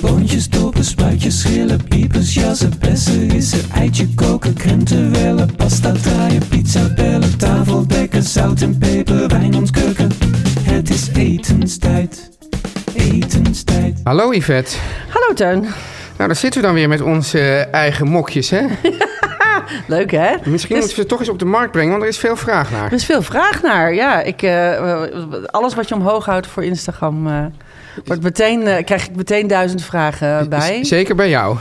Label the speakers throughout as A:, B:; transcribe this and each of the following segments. A: Boontjes, dopen, spuitjes, schillen, piepers, jassen, bessen, rissen, eitje koken, krenten wellen, pasta draaien, pizza bellen, tafel dekken, zout en peper, wijn ontkurken. Het is etenstijd, etenstijd.
B: Hallo Yvette.
C: Hallo Teun.
B: Nou, daar zitten we dan weer met onze eh, eigen mokjes, hè?
C: Leuk hè?
B: Misschien moeten we ze toch eens op de markt brengen, want er is veel vraag
C: Er
B: naar.
C: is veel vraag naar. Ja, ik, eh, alles wat je omhoog houdt voor Instagram, eh, wordt meteen, eh, krijg ik meteen duizend vragen bij.
B: Z- Zeker bij jou.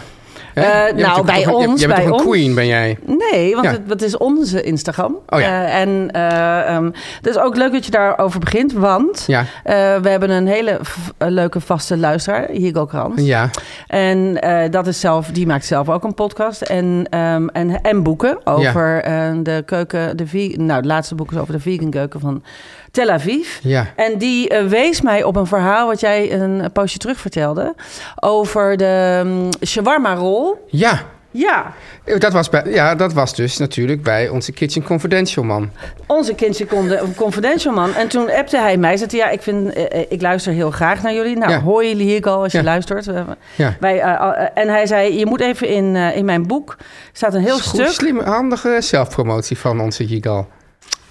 B: Hè?
C: Eh,
B: Jij bent
C: nou,
B: toch-
C: bij
B: jij bent
C: ons,
B: Jij bent
C: bij
B: toch een
C: ons.
B: queen, ben jij?
C: Nee, want
B: Ja.
C: het, het is onze Instagram.
B: Oh ja.
C: Eh, en eh ehm, het is ook leuk dat je daarover begint, want
B: Ja.
C: eh, we hebben een hele v- eh, leuke vaste luisteraar, Hugo Krans.
B: Ja.
C: En eh, dat is zelf, die maakt zelf ook een podcast en, ehm, en, en boeken over eh, de keuken, de ve- nou het laatste boek is over de vegan keuken van Tel Aviv.
B: Ja.
C: En die eh, wees mij op een verhaal wat jij een poosje terug vertelde over de mm, shawarma rol.
B: Ja.
C: Ja,
B: Eh, Dat was, bij, ja, dat was dus natuurlijk bij onze Kitchen Confidential man.
C: onze kindje kon een confidential man. En toen appte hij mij. Zei hij, ja, ik, vind, eh, eh, ik luister heel graag naar jullie. Nou,
B: Ja.
C: hoor jullie hier al als je
B: Ja.
C: luistert. We-
B: Ja.
C: Wij, eh, al- eh, en hij zei, je moet even in, eh, in mijn boek... staat een heel
B: Goed,
C: stuk.
B: slimme, handige zelfpromotie van onze Gigal.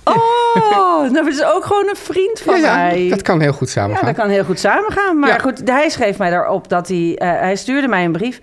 C: Oh, nou, dat is ook gewoon een vriend van
B: ja,
C: mij.
B: dat kan heel goed
C: Ja,
B: samengaan.
C: dat kan heel goed samengaan. Maar
B: Ja.
C: goed, hij schreef mij daarop dat hij... eh, hij stuurde mij een brief.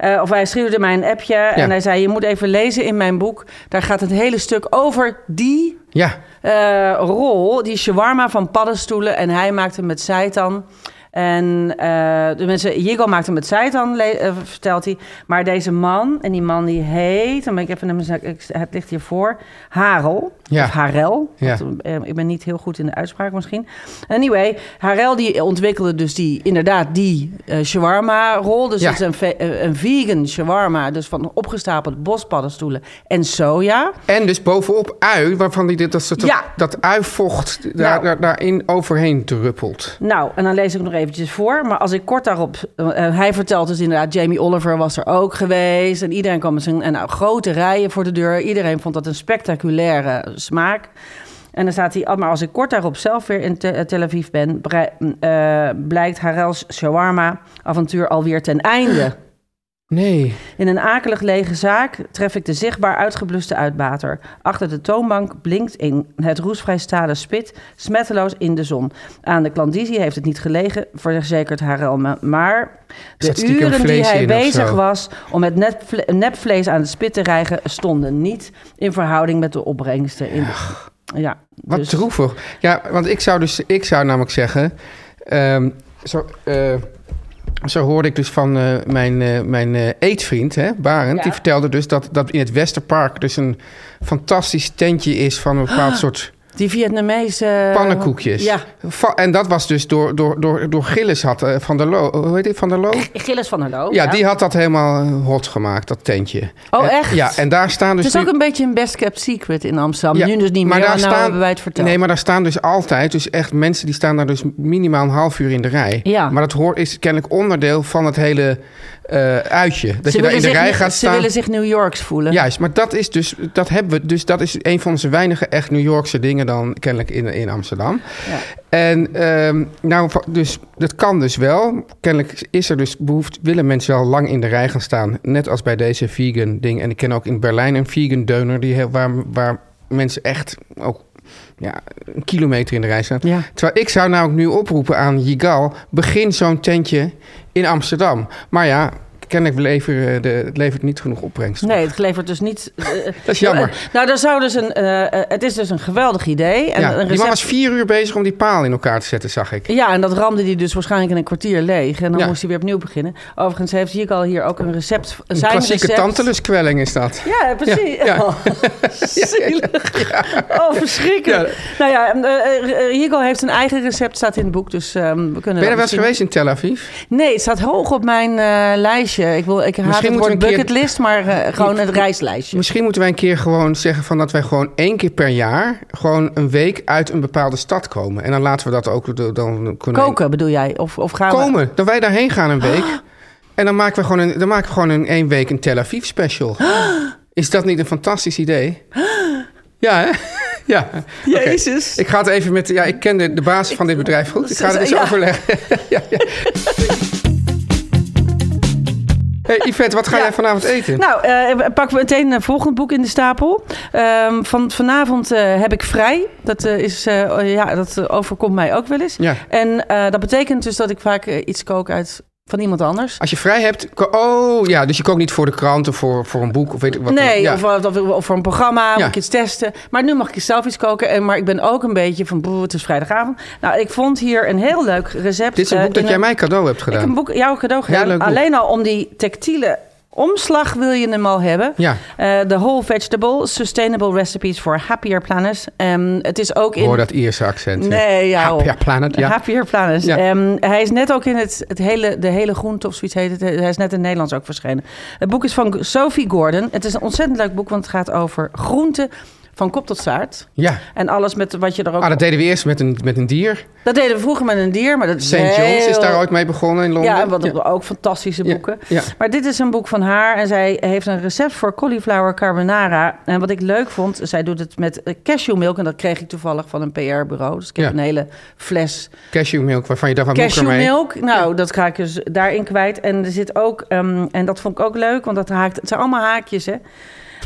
C: eh, of hij stuurde mij een appje. En hij zei, je moet even lezen in mijn boek. Daar gaat het hele stuk over die
B: Ja,
C: eh, rol, die shawarma van paddenstoelen. En hij maakte hem met seitan. En eh, de mensen, Jigo maakte hem met seitan, le- eh, vertelt hij. Maar deze man, en die man die heet, dan ben ik even naar mijn zak- ik- het ligt hiervoor, Harel.
B: Ja.
C: Of Harel.
B: Ja.
C: Want, eh, ik ben niet heel goed in de uitspraak misschien. Anyway, Harel die ontwikkelde dus die, inderdaad die eh, shawarma-rol. Dus
B: Ja.
C: dat is een, ve- eh, een vegan shawarma, dus van opgestapeld bospaddenstoelen en soja.
B: En dus bovenop ui, waarvan die dit, dat, dat,
C: Ja.
B: dat uivocht daar,
C: Nou.
B: daar- daarin overheen druppelt.
C: Nou, en dan lees ik nog eventjes voor. Maar als ik kort daarop... eh, eh, hij vertelt dus inderdaad, Jamie Oliver was er ook geweest. En iedereen kwam met zijn en, nou, grote rijen voor de deur. Iedereen vond dat een spectaculaire smaak. En dan staat hij, "Ah, maar als ik kort daarop zelf weer in Te- eh, Tel Aviv ben... brei- eh, blijkt Harel's shawarma-avontuur alweer ten einde.
B: Nee.
C: In een akelig lege zaak tref ik de zichtbaar uitgebluste uitbater. Achter de toonbank blinkt in het roestvrij stalen spit smetteloos in de zon. Aan de klandizie heeft het niet gelegen, verzekert Harel me. Maar
B: zat
C: de
B: stiekem
C: uren die
B: vlees
C: hij
B: in of
C: bezig
B: zo.
C: was om het nepvle- nepvlees aan het spit te rijgen... stonden niet in verhouding met de opbrengsten. In de... Ja,
B: Wat
C: dus-
B: droevig. Ja, want ik zou dus, ik zou namelijk zeggen, ehm, zo, eh, zo hoorde ik dus van eh, mijn, eh, mijn eh, eetvriend, hè, Barend, die vertelde dus dat, dat in het Westerpark dus een fantastisch tentje is van een bepaald soort
C: Die Vietnamese...
B: pannenkoekjes.
C: Ah, eh, Ja,
B: Va- en dat was dus door, door, door, door Gillis had, eh, van der Loo, hoe heet die, van der Loo?
C: Gilles van der Loo.
B: Ja, die had dat helemaal eh, hot gemaakt, dat tentje.
C: Oh,
B: En-
C: echt?
B: Ja, en daar staan dus
C: Het is ook
B: nu-
C: een beetje een best kept secret in Amsterdam.
B: Ja,
C: nu dus niet
B: maar
C: meer,
B: daar
C: want nou
B: staan-
C: hebben wij het verteld.
B: Nee, maar daar staan dus altijd, dus echt mensen die staan daar dus minimaal een half uur in de rij.
C: Ja.
B: Maar dat hoort, is kennelijk onderdeel van het hele eh, uitje. Dat je daar in
C: willen
B: de
C: zich
B: rij
C: Ni-
B: gaat
C: Ze
B: staan.
C: willen zich New Yorks voelen.
B: Juist, maar dat is dus, dat hebben we, dus dat is een van onze weinige echt New Yorkse dingen dan kennelijk in, in Amsterdam.
C: Ja.
B: En ehm, nou, va- dus dat kan dus wel. Kennelijk is er dus behoefte, willen mensen wel lang in de rij gaan staan. Net als bij deze vegan ding. En ik ken ook in Berlijn een vegan deuner die heel, waar, waar mensen echt ook ja, een kilometer in de rij staat.
C: Ja.
B: Terwijl ik zou namelijk nu oproepen aan Jigal... begin zo'n tentje in Amsterdam. Maar ja, kennelijk leveren de, het levert niet genoeg opbrengst.
C: Nee, het levert dus niet. dat
B: is jammer.
C: Nou, daar zou dus een, eh, eh, het is dus een geweldig idee. En
B: ja,
C: een
B: Die man
C: recept-
B: was vier uur bezig om die paal in elkaar te zetten, zag ik.
C: Ja, en dat ramde hij dus waarschijnlijk in een kwartier leeg. En dan
B: Ja.
C: moest hij weer opnieuw beginnen. Overigens heeft hier al hier ook een recept.
B: Een
C: zijn
B: klassieke
C: recept.
B: tanteluskwelling is dat.
C: Ja, precies.
B: Ja, ja.
C: Oh, zielig. Oh, verschrikkelijk.
B: Ja.
C: Nou ja, Hugo heeft een eigen recept, staat in het boek. Dus ehm, we kunnen
B: Ben je er wel eens
C: misschien-
B: geweest in Tel Aviv?
C: Nee, het staat hoog op mijn eh, lijstje. Ik, wil, ik haat
B: moeten
C: het
B: we
C: woord
B: een keer-
C: bucketlist, maar eh, gewoon het reislijstje.
B: Misschien moeten wij een keer gewoon zeggen van dat wij gewoon één keer per jaar gewoon een week uit een bepaalde stad komen. En dan laten we dat ook dan kunnen we-
C: Koken bedoel jij? Of, of gaan we...
B: komen. Dat wij daarheen gaan een week.
C: Ah.
B: En dan maken we gewoon een, dan maken we gewoon een één week een Tel Aviv special. Is dat niet een fantastisch idee? Ja, hè? Ja. Oké.
C: Jezus.
B: Ik ga het even met. Ja, ik ken de, de baas van dit bedrijf goed. Ik ga het eens
C: Ja.
B: overleggen. ja, ja. Hey, Yvette, wat ga jij vanavond eten?
C: Nou, eh, pakken we meteen een volgend boek in de stapel. Ehm, van, vanavond eh, heb ik vrij. Dat, eh, is, eh, ja, dat eh, overkomt mij ook wel eens.
B: Ja.
C: En eh, dat betekent dus dat ik vaak eh, iets kook uit van iemand anders.
B: Als je vrij hebt, ko- oh ja, dus je kookt niet voor de krant of voor, voor een boek of weet ik wat.
C: nee,
B: ja.
C: of, of, of voor een programma, moet
B: Ja.
C: ik iets testen. Maar nu mag ik zelf iets koken. En, maar ik ben ook een beetje van, boe, het is vrijdagavond. Nou, ik vond hier een heel leuk recept.
B: Dit is een
C: eh,
B: boek dat
C: in
B: jij
C: een-
B: mij cadeau hebt
C: Ik heb
B: gedaan.
C: een boek, jou cadeau
B: Heel leuk
C: gedaan.
B: boek.
C: Alleen al om die tactiele omslag wil je hem al hebben.
B: Ja.
C: Eh, The Whole Vegetable, Sustainable Recipes for Happier Planners. Ehm, het is ook in...
B: Hoor dat Ierse accent. hè?
C: Nee, ja. hoor.
B: Happier Planet, ja.
C: Happier Planet.
B: Ja.
C: Ehm, hij is net ook in het, het hele, de hele groente of zoiets heet het. Hij is net in het Nederlands ook verschenen. Het boek is van Sophie Gordon. Het is een ontzettend leuk boek, want het gaat over groenten van kop tot staart.
B: Ja.
C: En alles met wat je er ook...
B: Ah, dat deden we eerst met een, met een dier.
C: dat deden we vroeger met een dier, maar dat is
B: St. John's is
C: heel-
B: daar ooit mee begonnen in Londen.
C: ja, en wat ook fantastische
B: Ja,
C: boeken.
B: ja.
C: Maar dit is een boek van haar en zij heeft een recept voor cauliflower carbonara. En wat ik leuk vond, zij doet het met eh, cashewmelk en dat kreeg ik toevallig van een PR-bureau. Dus ik heb
B: Ja.
C: een hele fles
B: Cashewmilk, waarvan je dacht, wat moet ik ermee?
C: cashewmelk. Nou, dat ga ik dus daarin kwijt. En er zit ook, ehm, en dat vond ik ook leuk, want dat haakt, het zijn allemaal haakjes hè.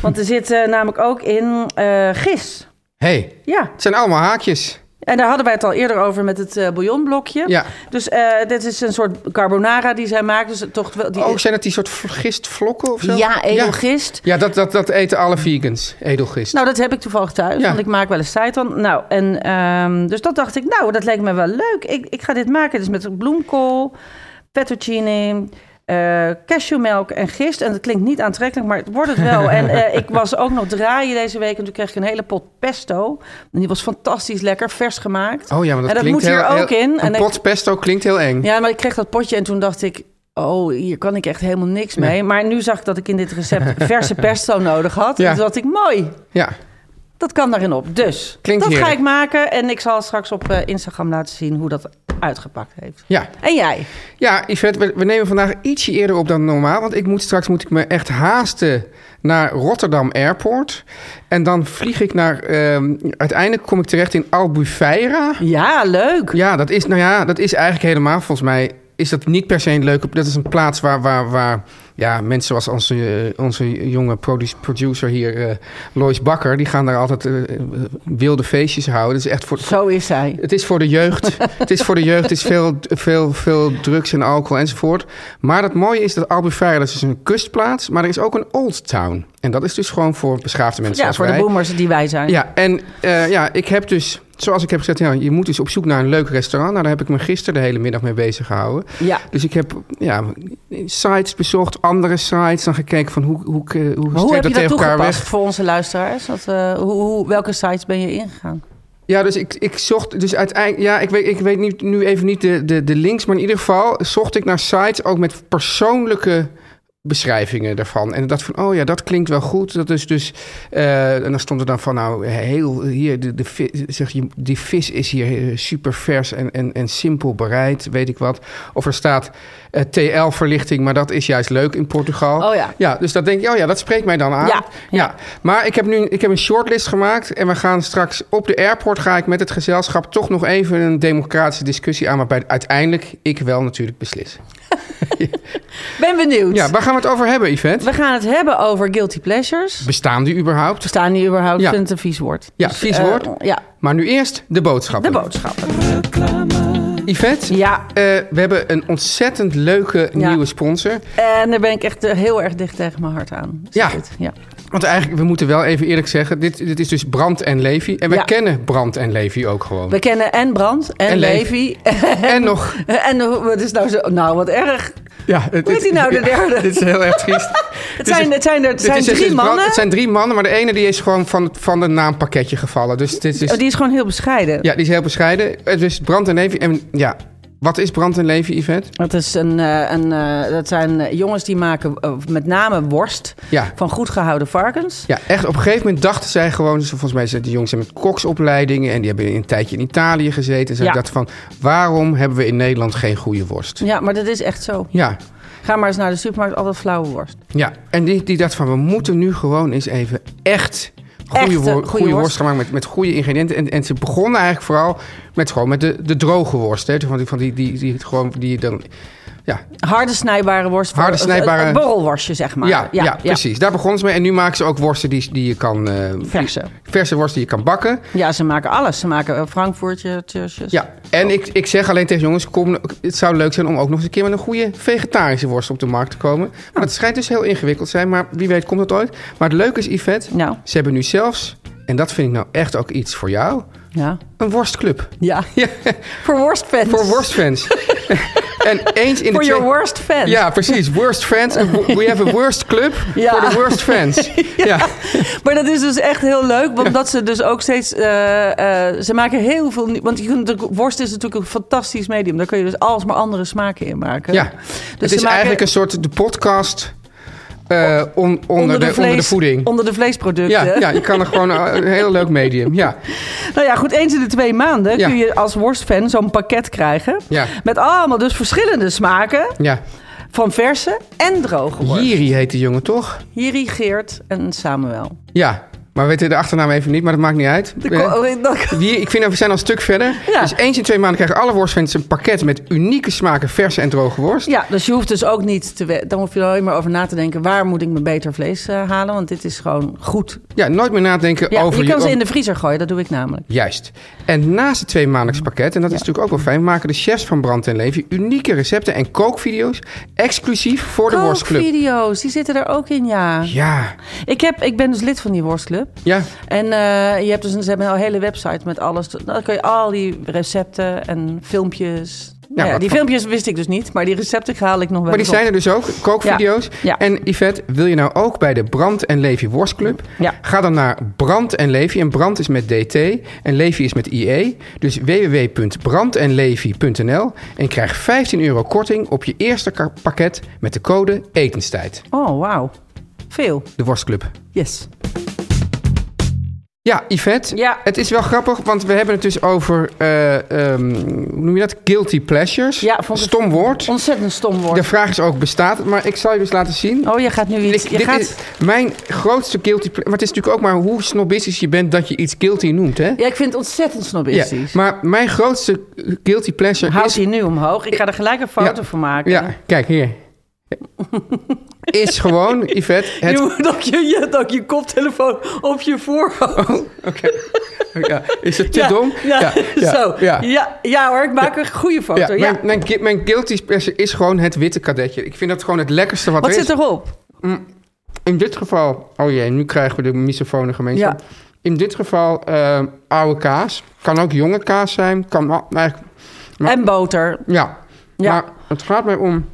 C: Want er zit eh, namelijk ook in eh, gis.
B: hey,
C: Ja,
B: het zijn allemaal haakjes.
C: en daar hadden wij het al eerder over met het eh, bouillonblokje.
B: Ja.
C: Dus eh, dit is een soort carbonara die zij maakt. Dus toch wel, die,
B: Oh, zijn dat die soort v- gistvlokken of zo?
C: Ja, edelgist.
B: Ja, dat, dat, dat eten alle vegans, edelgist.
C: Nou, dat heb ik toevallig thuis,
B: Ja.
C: want ik maak wel eens seitan. Nou, en ehm, dus dat dacht ik, nou, dat leek me wel leuk. Ik, ik ga dit maken, dus met bloemkool, fettuccine, eh, cashewmelk en gist. En dat klinkt niet aantrekkelijk, maar het wordt het wel. en eh, ik was ook nog draaien deze week en toen kreeg ik een hele pot pesto. En die was fantastisch lekker, vers gemaakt.
B: oh ja, maar dat,
C: en dat
B: klinkt
C: moet
B: heel,
C: hier ook
B: heel-
C: in.
B: Een
C: en ik-
B: pot pesto klinkt heel eng.
C: ja, maar ik kreeg dat potje en toen dacht ik... Oh, hier kan ik echt helemaal niks mee. Maar nu zag ik dat ik in dit recept verse pesto nodig had.
B: Ja.
C: En toen dacht ik, mooi,
B: Ja.
C: dat kan daarin op. Dus,
B: Klinkt
C: dat ga
B: heerlijk.
C: ik maken. En ik zal straks op eh, Instagram laten zien hoe dat uitgepakt heeft.
B: ja.
C: En jij?
B: Ja, Yvette, we, we nemen vandaag ietsje eerder op dan normaal. Want ik moet, straks moet ik me echt haasten naar Rotterdam Airport. En dan vlieg ik naar... ehm, uiteindelijk kom ik terecht in Albufeira.
C: Ja, leuk.
B: Ja, dat is, nou ja, dat is eigenlijk helemaal volgens mij... is dat niet per se een leuke... Dat is een plaats waar, waar, waar ja, mensen zoals onze, eh, onze jonge produ- producer hier... eh, Lois Bakker, die gaan daar altijd eh, eh, wilde feestjes houden. Dat is echt voor,
C: Zo is zij.
B: het is voor de jeugd. het is voor de jeugd. Het is veel, veel, veel drugs en alcohol enzovoort. Maar het mooie is dat Albufeira, dat is een kustplaats. Maar er is ook een old town. En dat is dus gewoon voor beschaafde mensen
C: Ja,
B: zoals
C: voor de
B: wij.
C: boomers die wij zijn.
B: Ja, en eh, ja, ik heb dus, zoals ik heb gezegd, ja, je moet dus op zoek naar een leuk restaurant. Nou, daar heb ik me gisteren de hele middag mee bezig gehouden.
C: Ja.
B: Dus ik heb ja, sites bezocht, andere sites. Dan gekeken van hoe, hoe, eh, hoe,
C: Maar hoe
B: streep
C: heb je dat
B: tegen elkaar
C: toegepast
B: weg.
C: voor onze luisteraars? Dat, eh, hoe, hoe- welke sites ben je ingegaan?
B: Ja, dus ik, ik zocht, dus uiteindelijk, ja, ik weet, ik weet niet, nu even niet de, de, de links, maar in ieder geval zocht ik naar sites ook met persoonlijke beschrijvingen daarvan. En dat van, oh ja, dat klinkt wel goed. Dat is dus, eh, en dan stond er dan van, nou, heel, hier, de, de, vi- zeg je, die vis is hier eh, super vers en, en, en simpel bereid, weet ik wat. Of er staat eh, TL-verlichting, maar dat is juist leuk in Portugal.
C: Oh ja.
B: Ja, dus dat denk ik, oh ja, dat spreekt mij dan aan.
C: Ja,
B: Ja, maar ik heb nu ik heb een shortlist gemaakt. En we gaan straks op de airport ga ik met het gezelschap toch nog even een democratische discussie aan. Maar bij, uiteindelijk ik wel natuurlijk beslissen.
C: Ben benieuwd.
B: Ja, waar gaan we het over hebben, Yvette?
C: We gaan het hebben over guilty pleasures.
B: Bestaan die überhaupt?
C: Bestaan die überhaupt?
B: Ja.
C: Ik vind het een vies woord.
B: Ja,
C: Dus,
B: vies
C: eh,
B: woord.
C: ja,
B: Maar nu eerst de
C: de
B: boodschappen.
C: boodschappen.
B: Yvette,
C: Ja,
B: eh, we hebben een ontzettend leuke
C: Ja.
B: nieuwe sponsor.
C: en daar ben ik echt eh, heel erg dicht tegen mijn hart aan. Is
B: Ja.
C: goed? ja.
B: Want eigenlijk, we moeten wel even eerlijk zeggen, dit, dit is dus Brand en Levy. En wij
C: Ja.
B: kennen Brand en Levy ook gewoon.
C: We kennen en Brand en,
B: En
C: Levi.
B: Levi. En nog,
C: en nog- wat is nou zo? Nou, wat erg.
B: ja, het,
C: Hoe heet die nou, de derde?
B: Dit is heel erg triest.
C: Het zijn, het zijn er het
B: Dit
C: zijn
B: is- dit
C: drie
B: is Brand-
C: mannen.
B: het zijn drie mannen, maar de ene die is gewoon van, van het naampakketje gevallen. Dus dit is,
C: Oh, die is gewoon heel bescheiden.
B: ja, die is heel bescheiden. Het is Brand en Levy. En ja, wat is Brand en Levy, Yvette?
C: Dat, is een, eh, een, eh, dat zijn eh, jongens die maken eh, met name worst
B: Ja.
C: van goed gehouden varkens.
B: Ja, echt. Op een gegeven moment dachten zij gewoon, zo volgens mij zijn die jongens met koksopleidingen en die hebben een tijdje in Italië gezeten. En ze
C: Ja.
B: dachten van, waarom hebben we in Nederland geen goede worst?
C: Ja, maar dat is echt zo.
B: Ja,
C: Ga maar eens naar de supermarkt, altijd flauwe worst.
B: ja. En die, die dacht van, we moeten nu gewoon eens even echt goede,
C: Echte
B: wor-
C: goede
B: goede,
C: worst.
B: worst. gaan maken met, met goede ingrediënten. En, en ze begonnen eigenlijk vooral met, gewoon met de, de droge worst. Hè? Van die, van die, die, die, het gewoon, die je dan... Ja,
C: Harde snijbare worst. voor-
B: Harde
C: of,
B: snijbare-
C: eh, borrelworstje, zeg maar.
B: ja, ja, precies. Daar begonnen ze mee. En nu maken ze ook worsten die, die je kan... eh,
C: Verse.
B: Verse worsten die je kan bakken.
C: Ja, ze maken alles. Ze maken eh, frankfurtje, tjusjes.
B: Ja, en ik, ik zeg alleen tegen jongens, kom, het zou leuk zijn om ook nog eens een keer met een goede vegetarische worst op de markt te komen. Maar dat schijnt dus heel ingewikkeld te zijn, maar wie weet komt dat ooit. Maar het leuke is, Yvette,
C: Nou.
B: ze hebben nu zelfs, en dat vind ik nou echt ook iets voor jou,
C: Ja.
B: een worstclub.
C: ja.
B: Ja,
C: Voor worstfans.
B: voor worstfans. en eens in de
C: Voor
B: twee-
C: your worst fans.
B: Ja, precies. Worst fans. En We have a worst club
C: Ja.
B: voor de worst fans. ja.
C: Maar dat is dus echt heel leuk, want dat ze dus ook steeds... eh, eh, ze maken heel veel... nieuw- Want je kunt natuurlijk- worst is natuurlijk een fantastisch medium. Daar kun je dus alles maar andere smaken in maken. Dus
B: Ja, het is
C: ze maken-
B: eigenlijk een soort de podcast eh, on- onder, de, onder de
C: vlees-
B: voeding.
C: Onder de vleesproducten.
B: Ja, ja, je kan er gewoon eh, een een heel leuk medium. Ja,
C: Nou ja, goed, eens in de twee maanden
B: Ja.
C: kun je als worstfan zo'n pakket krijgen.
B: Ja.
C: Met allemaal dus verschillende smaken
B: ja.
C: van verse en droge worst.
B: Jiri heet die jongen toch?
C: Jiri, Geert en Samuel.
B: Ja, maar we weten de achternaam even niet, maar dat maakt niet uit.
C: De
B: Eh,
C: ko- oh, dat-
B: Hier, ik vind dat we zijn al een stuk verder.
C: Ja.
B: Dus eens in twee maanden krijgen alle worstfans een pakket met unieke smaken, verse en droge worst.
C: ja, dus je hoeft dus ook niet te... we- Dan hoef je er alleen maar over na te denken... waar moet ik mijn beter vlees eh, halen? Want dit is gewoon goed.
B: Ja, nooit meer nadenken
C: Ja,
B: over
C: je kan ze
B: om-
C: in de vriezer gooien, dat doe ik namelijk.
B: Juist. En naast het tweemaandelijks pakket, en dat is natuurlijk ook wel fijn, maken de chefs van Brand en Levy unieke recepten en kookvideo's exclusief voor de worstclub.
C: video's, die zitten er ook in, ja.
B: Ja,
C: Ik, heb, ik ben dus lid van die worstclub.
B: ja.
C: En eh, je hebt dus, ze hebben een hele website met alles. Nou, Dan kun je al die recepten en filmpjes. Nou Ja,
B: wat
C: die
B: voor-
C: filmpjes wist ik dus niet, maar die recepten haal ik nog wel.
B: Maar die
C: eens op.
B: zijn er dus ook, kookvideo's.
C: Ja, ja.
B: En Yvette, wil je nou ook bij de Brand en Levy Worstclub?
C: Ja.
B: Ga dan naar Brand en Levy. En Brand is met DT en Levy is met IE. Dus www.brandenlevy.nl en krijg 15 euro korting op je eerste ka- pakket met de code Etenstijd.
C: Oh, wauw. Veel.
B: De Worstclub.
C: Yes.
B: Ja, Yvette,
C: Ja.
B: het is wel grappig, want we hebben het dus over, eh, ehm, hoe noem je dat, guilty pleasures.
C: Ja, vond ik-
B: Stom woord.
C: Ontzettend stom woord.
B: De vraag is ook, bestaat het? Maar ik zal je dus laten zien.
C: Oh, je gaat nu iets...
B: Ik-
C: Je
B: dit
C: gaat...
B: is mijn grootste guilty ple- Maar het is natuurlijk ook maar hoe snobistisch je bent dat je iets guilty noemt, hè?
C: Ja, ik vind het ontzettend snobistisch.
B: maar mijn grootste guilty pleasure
C: Houd
B: is...
C: die nu omhoog. Ik ga er gelijk een foto
B: Ja.
C: van maken.
B: Ja, kijk hier. is gewoon, Yvette,
C: Je
B: het...
C: moet ook je, je, hebt ook je koptelefoon op je voorhoofd.
B: Ja, is het Oh, te
C: Ja,
B: dom?
C: Ja, zo. Ja.
B: ja.
C: Ja, hoor, ik maak een goede foto.
B: Ja,
C: Ja.
B: Mijn, mijn, gui- mijn guilty pleasure is gewoon het witte kadetje. Ik vind dat gewoon het lekkerste wat,
C: Wat
B: er is.
C: zit erop?
B: In dit geval... Oh jee, nu krijgen we de misofone gemeenschap.
C: Ja.
B: In dit geval eh, oude kaas. Kan ook jonge kaas zijn. Kan al- eigenlijk
C: En boter.
B: Ja.
C: Ja.
B: Maar het gaat mij om.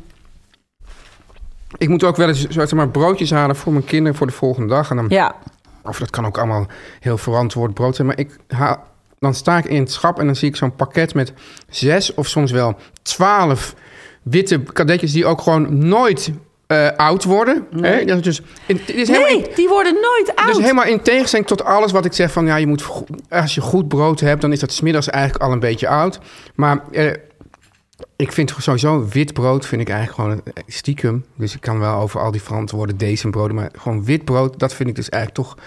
B: Ik moet ook wel eens zeg maar, broodjes halen voor mijn kinderen voor de volgende dag. En dan,
C: Ja.
B: Of dat kan ook allemaal heel verantwoord brood zijn. Maar ik haal, dan sta ik in het schap en dan zie ik zo'n pakket met zes of soms wel twaalf witte kadetjes die ook gewoon nooit eh, oud worden. Hè? Ja, dus, in- het is helemaal in-
C: Nee, die worden nooit oud.
B: dus helemaal in tegenstelling tot alles wat ik zeg van ja, je moet go- als je goed brood hebt, dan is dat smiddags eigenlijk al een beetje oud. Maar eh, ik vind sowieso wit brood vind ik eigenlijk gewoon een- eh, stiekem. Dus ik kan wel over al die verantwoorde deze broden, maar gewoon wit brood, dat vind ik dus eigenlijk toch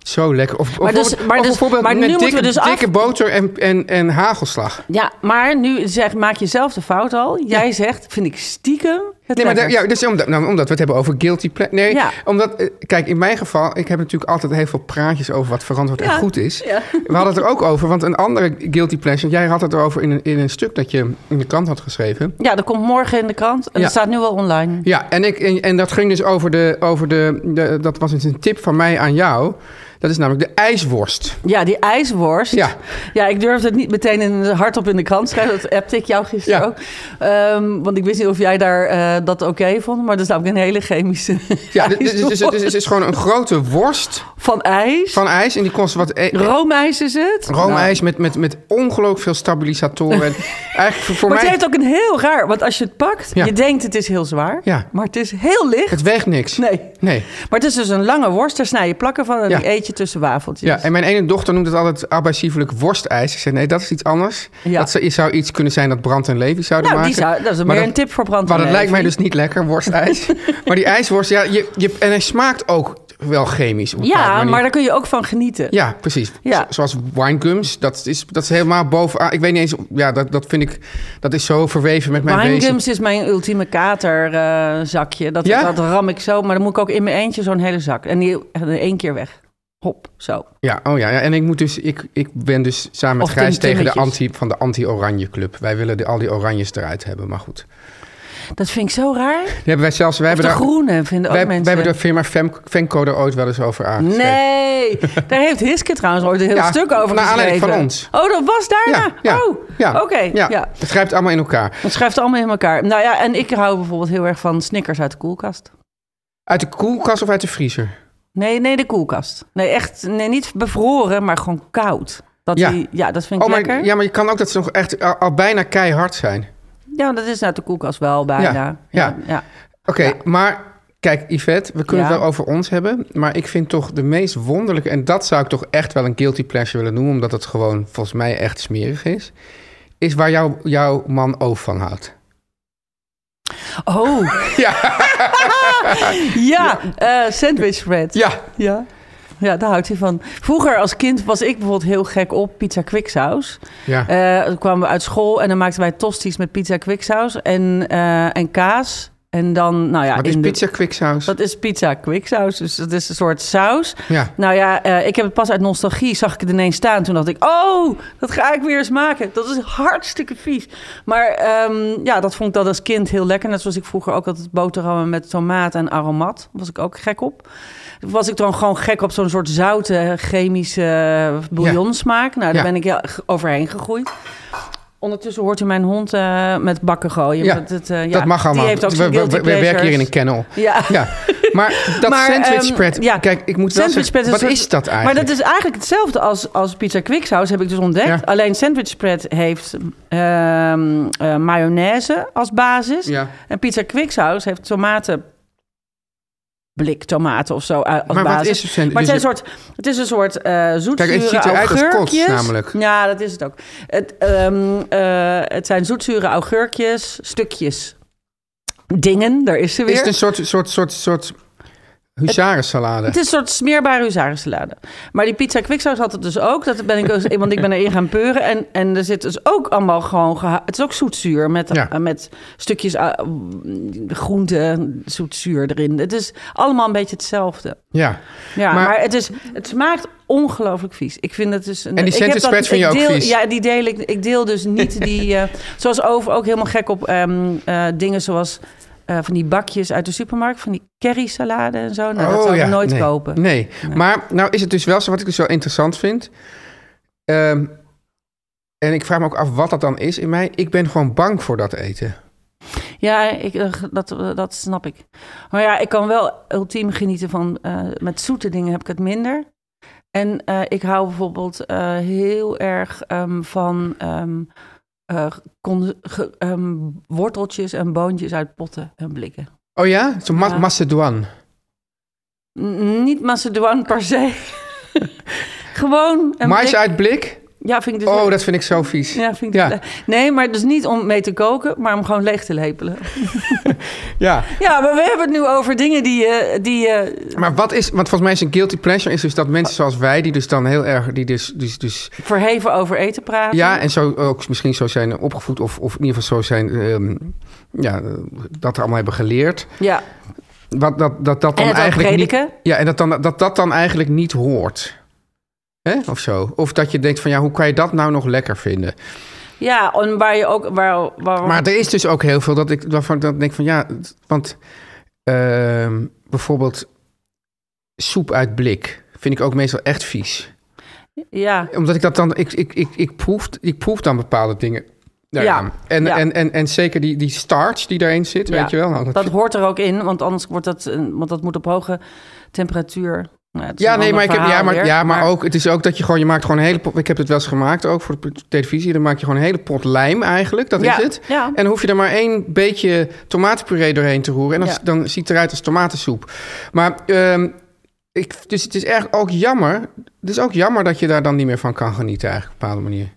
B: Zo lekker. Of,
C: Maar
B: maar
C: dus- maar dus-
B: bijvoorbeeld
C: maar nu
B: met
C: moeten
B: dikke,
C: we dus af-
B: dikke boter en, en, en hagelslag.
C: Ja, maar nu zeg, maak je zelf de fout al. Jij zegt, vind ik stiekem het
B: Nee, maar daar-
C: lekkerst.
B: ja, dus omdat, nou, omdat we het hebben over guilty pleasure. Nee,
C: Ja.
B: omdat, eh, kijk, in mijn geval, ik heb natuurlijk altijd heel veel praatjes over wat verantwoord en goed is.
C: Ja.
B: We hadden het er ook over, want een andere guilty pleasure, jij had het erover in een, in een stuk dat je in de krant had geschreven.
C: Ja, dat komt morgen in de krant. En
B: Ja.
C: dat staat nu al online.
B: Ja, en, ik, en, en dat ging dus over, de, over de, de, dat was dus een tip van mij aan jou. Dat is namelijk de ijsworst.
C: Ja, die ijsworst.
B: Ja.
C: ja ik durfde het niet meteen in, hardop in de krant te schrijven. Dat appte ik jou gisteren
B: Ja.
C: ook. Ehm, want ik wist niet of jij daar eh, dat oké vond. Maar dat is namelijk een hele chemische
B: Ja, dit- dit is- dit is- dit is-
C: ijsworst.
B: het is gewoon een grote worst
C: Van ijs.
B: van ijs en die kost wat... e-
C: Roomijs is het. Nou.
B: Roomijs met, met, met ongelooflijk veel stabilisatoren. En Eigenlijk voor, voor
C: Nou, Maar
B: mij...
C: het heeft ook een heel raar... Want als je het pakt,
B: Ja.
C: je denkt het is heel zwaar.
B: Ja.
C: Maar het is heel licht.
B: Het weegt niks.
C: Nee.
B: Nee.
C: Maar het is dus een lange worst. Daar snij je plakken van en
B: Ja.
C: die eet je tussen wafeltjes.
B: Ja, en mijn ene dochter noemt het altijd abassievelijk worstijs. Ik zei, nee, dat is iets anders.
C: Ja.
B: Dat zou- zou iets kunnen zijn dat Brand en Levy zouden
C: Nou, die
B: maken.
C: zou- dat is
B: Maar
C: meer een tip voor Brand
B: Maar
C: en
B: dat lijkt mij
C: Levy.
B: dus niet lekker, worstijs. maar die ijsworst, ja, je, je, en hij smaakt ook wel chemisch. Op een bepaalde
C: ja
B: manier.
C: maar daar kun je ook van genieten.
B: Ja, precies.
C: Ja.
B: Zo- Zoals winegums, dat is, dat is helemaal bovenaan. Ik weet niet eens, ja, dat, dat vind ik, dat is zo verweven met mijn wezen.
C: Winegums is mijn ultieme katerzakje. zakje. dat,
B: Ja?
C: dat ram ik zo, maar dan moet ik ook in mijn eentje zo'n hele zak. En die en in één keer weg. Hop, zo.
B: Ja, oh ja, ja. En ik moet dus, ik, ik ben dus samen met
C: Of
B: Gijs
C: Tim
B: tegen de
C: Timmetjes.
B: anti, van de anti-oranje club. Wij willen de, al die oranjes eruit hebben, maar goed. Die
C: Dat vind ik zo raar.
B: hebben wij zelfs, wij
C: Of
B: hebben
C: de
B: daar,
C: groene vinden
B: wij,
C: ook
B: wij
C: mensen.
B: hebben de firma Fem, Venco er ooit wel eens over aangeschreven.
C: Nee, daar heeft Hiske trouwens ooit een heel
B: Ja,
C: stuk over
B: naar
C: geschreven.
B: aanleiding van ons.
C: Oh, dat was daarna? oh, oké.
B: ja.
C: ja.
B: Het grijpt allemaal in elkaar.
C: Het schrijft allemaal in elkaar. Nou ja, en ik hou bijvoorbeeld heel erg van Snickers uit de koelkast.
B: Uit de koelkast of uit de vriezer?
C: Nee, nee, de koelkast. Nee, echt, nee, niet bevroren, maar gewoon koud. Dat
B: Ja.
C: Die, ja, dat vind ik lekker.
B: Oh, maar, ja, maar je kan ook dat ze nog echt al, al bijna keihard zijn.
C: Ja, dat is uit de koelkast wel
B: Ja,
C: bijna. ja.
B: ja.
C: ja.
B: Oké, maar kijk, Yvette, we kunnen
C: Ja.
B: het wel over ons hebben. Maar ik vind toch de meest wonderlijke. En dat zou ik toch echt wel een guilty pleasure willen noemen. Omdat het gewoon volgens mij echt smerig is. Is waar jouw jouw man ook van houdt.
C: Oh. ja, eh sandwich bread.
B: Ja,
C: ja. Ja, daar houdt hij van. Vroeger als kind was ik bijvoorbeeld heel gek op pizza kwiksaus.
B: ja.
C: Eh, dan kwamen we uit school en dan maakten wij tosties met pizza kwiksaus en, eh, en kaas. En dan, nou ja...
B: Wat is
C: in de-
B: pizza kwiksaus?
C: Dat is pizza kwiksaus, dus dat is een soort saus.
B: Ja.
C: Nou ja, eh, ik heb het pas uit nostalgie, zag ik het ineens staan. Toen dacht ik, oh, dat ga ik weer eens maken. Dat is hartstikke vies. Maar ehm, ja, dat vond ik dat als kind heel lekker. Net zoals ik vroeger ook altijd boterhammen met tomaat en aromat. was ik ook gek op. Was ik dan gewoon gek op zo'n soort zoute chemische bouillonsmaak. Nou, daar
B: Ja.
C: ben ik heel overheen gegroeid. Ondertussen hoort u mijn hond eh, met bakken gooien.
B: Ja,
C: Maar dit, eh, ja,
B: dat mag allemaal.
C: Die heeft ook
B: we,
C: zijn
B: we-
C: guilty
B: we- we werken hier in
C: pleasures.
B: een kennel.
C: Ja.
B: Ja, maar dat
C: Maar,
B: sandwich
C: ehm,
B: spread.
C: ja.
B: Kijk, ik moet wel zeggen,
C: Sandwich spread
B: wat
C: een soort-
B: is dat eigenlijk?
C: Maar dat is eigenlijk hetzelfde als, als pizza kwiksaus, heb ik dus ontdekt.
B: Ja.
C: Alleen sandwich spread heeft ehm, eh, mayonaise als basis.
B: Ja.
C: En pizza kwiksaus heeft tomaten, blik tomaten of zo eh, als
B: Maar wat
C: basis.
B: is het sandwich-
C: Maar het, zijn een soort, het is een soort eh zoetzure
B: Kijk, het ziet eruit als kots,
C: augurkjes.
B: namelijk.
C: Ja, dat is het ook. Het, ehm, eh, het zijn zoetzure augurkjes, stukjes. Dingen, daar is ze weer.
B: Is het een soort, soort, soort, soort huzarensalade?
C: Het is een soort smeerbare huzarensalade. Maar die pizza kwiksaus had het dus ook. Dat ben ik, dus- want ik ben erin gaan peuren. En, en er zit dus ook allemaal gewoon... geha- Het is ook zoetzuur met,
B: Ja.
C: eh, met stukjes eh, groente, zoetzuur erin. Het is allemaal een beetje hetzelfde.
B: Ja.
C: Ja, maar,
B: Maar-
C: het, is, het smaakt ongelooflijk vies. Ik vind het dus... Een,
B: En die
C: ik heb
B: sandwich
C: dat-
B: spreads vind
C: ik
B: je ook
C: deel-
B: vies?
C: Ja, die deel ik. Ik deel dus niet die... eh, zoals over ook helemaal gek op ehm, eh, dingen zoals... eh, van die bakjes uit de supermarkt, van die kerrysalade en zo. Nou, dat zou ik
B: Oh, ja,
C: nooit
B: nee.
C: kopen.
B: Nee. maar nou is het dus wel zo, wat ik dus wel interessant vind. Ehm, en ik vraag me ook af wat dat dan is in mij. Ik ben gewoon bang voor dat eten.
C: Ja, ik, eh, dat, eh, dat snap ik. Maar ja, ik kan wel ultiem genieten van... eh, met zoete dingen heb ik het minder. En eh, ik hou bijvoorbeeld eh, heel erg ehm, van ehm, eh, con- ge- ehm, worteltjes en boontjes uit potten en blikken.
B: Oh ja? Zo'n ma
C: Ja.
B: Macedouan.
C: N- niet Macedouan per se. Gewoon een
B: Mais
C: blik-
B: uit blik?
C: Ja, vind ik dus
B: Oh, dat vind ik zo vies.
C: Ja, vind ik
B: ja.
C: dus- Nee, maar dus niet om mee te koken, maar om gewoon leeg te lepelen.
B: ja.
C: Ja, maar we hebben het nu over dingen die je... die je
B: Maar wat is, want volgens mij is een guilty pleasure is dus dat mensen zoals wij, die dus dan heel erg, die dus, dus, dus
C: verheven over eten praten.
B: ja, en zo ook misschien zo zijn opgevoed of, of in ieder geval zo zijn, ehm, ja, dat allemaal hebben geleerd.
C: ja.
B: Wat, dat, dat, dat dan
C: En het ook
B: eigenlijk niet,
C: prediken.
B: ja, en dat, dan, dat dat dan eigenlijk niet hoort. Hè? Of zo. Of dat je denkt van ja, hoe kan je dat nou nog lekker vinden?
C: Ja, en waar je ook... Waar, waar,
B: Maar er is dus ook heel veel dat ik waarvan ik dan denk van ja, het- want ehm, bijvoorbeeld soep uit blik vind ik ook meestal echt vies.
C: ja.
B: Omdat ik dat dan, ik, ik, ik, ik, proef, ik proef dan bepaalde dingen. daaraan.
C: Ja,
B: En,
C: ja.
B: En, en, en zeker die, die starch die daarin zit,
C: Ja,
B: weet je wel. Nou, dat-
C: dat hoort er ook in, want anders wordt dat... een- Want dat moet op hoge temperatuur... Nou, het is
B: ja,
C: een
B: nee,
C: ander
B: maar, ik heb, ja,
C: verhaal
B: maar,
C: weer,
B: ja, maar, ook, het is ook dat je gewoon, je maakt gewoon een hele pot, ik heb het wel eens gemaakt ook voor de televisie, dan maak je gewoon een hele pot lijm eigenlijk, dat
C: Ja,
B: is het.
C: ja.
B: En dan hoef je er maar één beetje tomatenpuree doorheen te roeren en dan,
C: Ja.
B: dan ziet het eruit als tomatensoep. Maar, ehm, ik, dus het is echt ook jammer, het is ook jammer dat je daar dan niet meer van kan genieten eigenlijk op een bepaalde manier.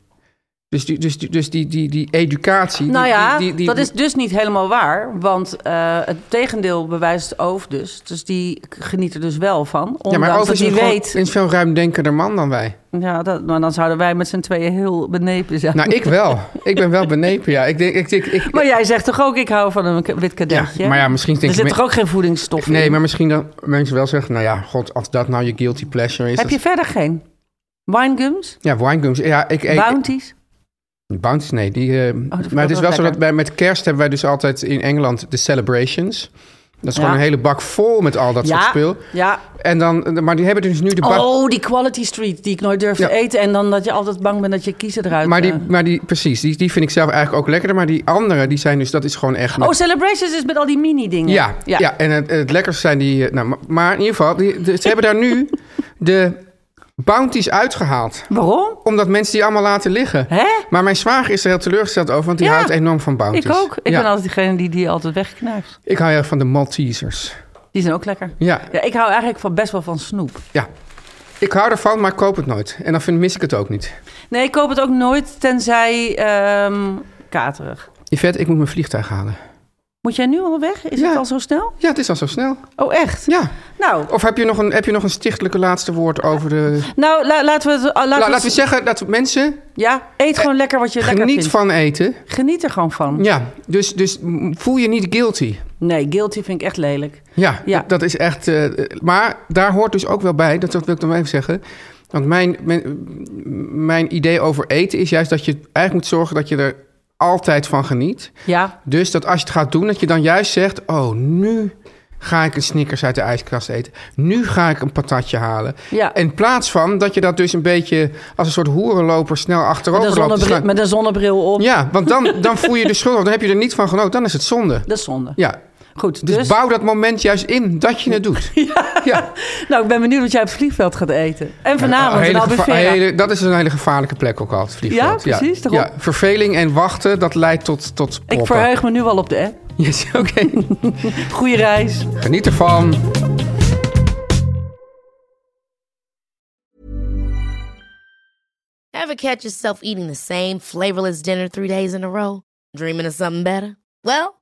B: Dus die, dus die, dus die, die, die educatie. die-
C: Nou ja,
B: die- die- die-
C: dat is dus niet helemaal waar. Want eh, het tegendeel bewijst Oof dus. Dus die geniet er dus wel van.
B: Ja,
C: Ondanks
B: maar
C: dat
B: overigens
C: die
B: is een
C: weet...
B: gewoon- is veel ruimdenkender man dan wij.
C: Ja, dat, maar dan zouden wij met z'n tweeën heel benepen zijn.
B: Nou, ik wel. ik ben wel benepen, ja. Ik denk, ik, ik, ik,
C: Maar jij zegt toch ook, ik hou van een k- wit kadetje?
B: Ja, maar ja, misschien denk
C: Er zit
B: ik-
C: toch ook geen voedingsstof
B: Nee,
C: in?
B: maar misschien dat mensen wel zeggen... nou ja, god, als dat nou je guilty pleasure is...
C: Heb je
B: dat-
C: verder geen? Winegums?
B: Ja, winegums. Ja, ik, ik,
C: Bounties?
B: Bounties, nee. Die, eh,
C: Oh, vind ik
B: maar het is
C: wel
B: wel zo
C: lekker.
B: dat wij met kerst hebben wij dus altijd in Engeland de celebrations. Dat is gewoon
C: Ja.
B: een hele bak vol met al dat soort spul.
C: ja.
B: En dan, maar die hebben dus nu de bak...
C: Oh, die Quality Street die ik nooit durf
B: Ja.
C: te eten. En dan dat je altijd bang bent dat je kiezen eruit...
B: Maar die,
C: eh.
B: maar die, precies, die, die vind ik zelf eigenlijk ook lekkerder. Maar die andere, die zijn dus, dat is gewoon echt... met-
C: Oh, Celebrations is met al die mini-dingen.
B: Ja, ja. en het, het lekkerste zijn die... eh, Nou, ma- maar in ieder geval, die, de- ze hebben daar nu de bounties uitgehaald.
C: Waarom?
B: Omdat mensen die allemaal laten liggen.
C: Hè?
B: Maar mijn zwager is er heel teleurgesteld over, want die
C: Ja.
B: houdt enorm van bounties.
C: Ik ook. Ik
B: Ja.
C: ben altijd diegene die die altijd wegknijpt.
B: ik hou heel erg van de Maltesers.
C: Die zijn ook lekker.
B: Ja.
C: ja ik hou eigenlijk van, best wel van snoep.
B: Ja. Ik hou ervan, maar ik koop het nooit. En dan vind, mis ik het ook niet.
C: Nee, ik koop het ook nooit, tenzij ehm, katerig.
B: Yvette, ik moet mijn vliegtuig halen.
C: Moet jij nu al weg? Is
B: Ja.
C: het al zo snel?
B: Ja, het is al zo snel.
C: Oh, echt?
B: Ja.
C: Nou,
B: Of heb je nog een, heb je nog een stichtelijke laatste woord over de...
C: nou la- laten we het... ah,
B: La-
C: laten we,
B: laten we zeggen dat mensen
C: Ja, eet gewoon lekker wat je lekker
B: geniet
C: vindt.
B: van eten.
C: Geniet er gewoon van.
B: Ja, dus, dus mm, voel je niet guilty.
C: Nee, guilty vind ik echt lelijk.
B: Ja,
C: Ja.
B: Dat, dat is echt. eh, maar daar hoort dus ook wel bij, dat, dat wil ik dan wel even zeggen. Want mijn, mijn, mijn idee over eten is juist dat je eigenlijk moet zorgen dat je er altijd van geniet.
C: Ja,
B: Dus dat als je het gaat doen, dat je dan juist zegt: Oh, nu ga ik een Snickers uit de ijskast eten. Nu ga ik een patatje halen.
C: Ja.
B: In plaats van dat je dat dus een beetje als een soort hoerenloper snel
C: met een,
B: achterover loopt. te
C: zonnebril,
B: slaan.
C: met een zonnebril op.
B: Ja, want dan, dan voel je de schuld. Dan heb je er niet van genoten. Dan is het zonde.
C: Dat is zonde.
B: Ja.
C: Goed,
B: Dus,
C: dus...
B: bouw dat moment juist in dat je het doet. Ja.
C: Nou, ik ben benieuwd wat jij op het vliegveld gaat eten. En vanavond
B: Een
C: in
B: hele geva-
C: Albufeira.
B: hele- dat is een hele gevaarlijke plek ook al, het vliegveld.
C: Ja, precies, daarom.
B: Ja, verveling en wachten, dat leidt tot, tot
C: Ik
B: proppen.
C: verheug me nu al op de app.
B: Yes, oké.
C: Goeie reis.
B: Geniet ervan.
D: Ever catch yourself eating the same flavorless dinner three days in a row? Dreaming of something better? Well,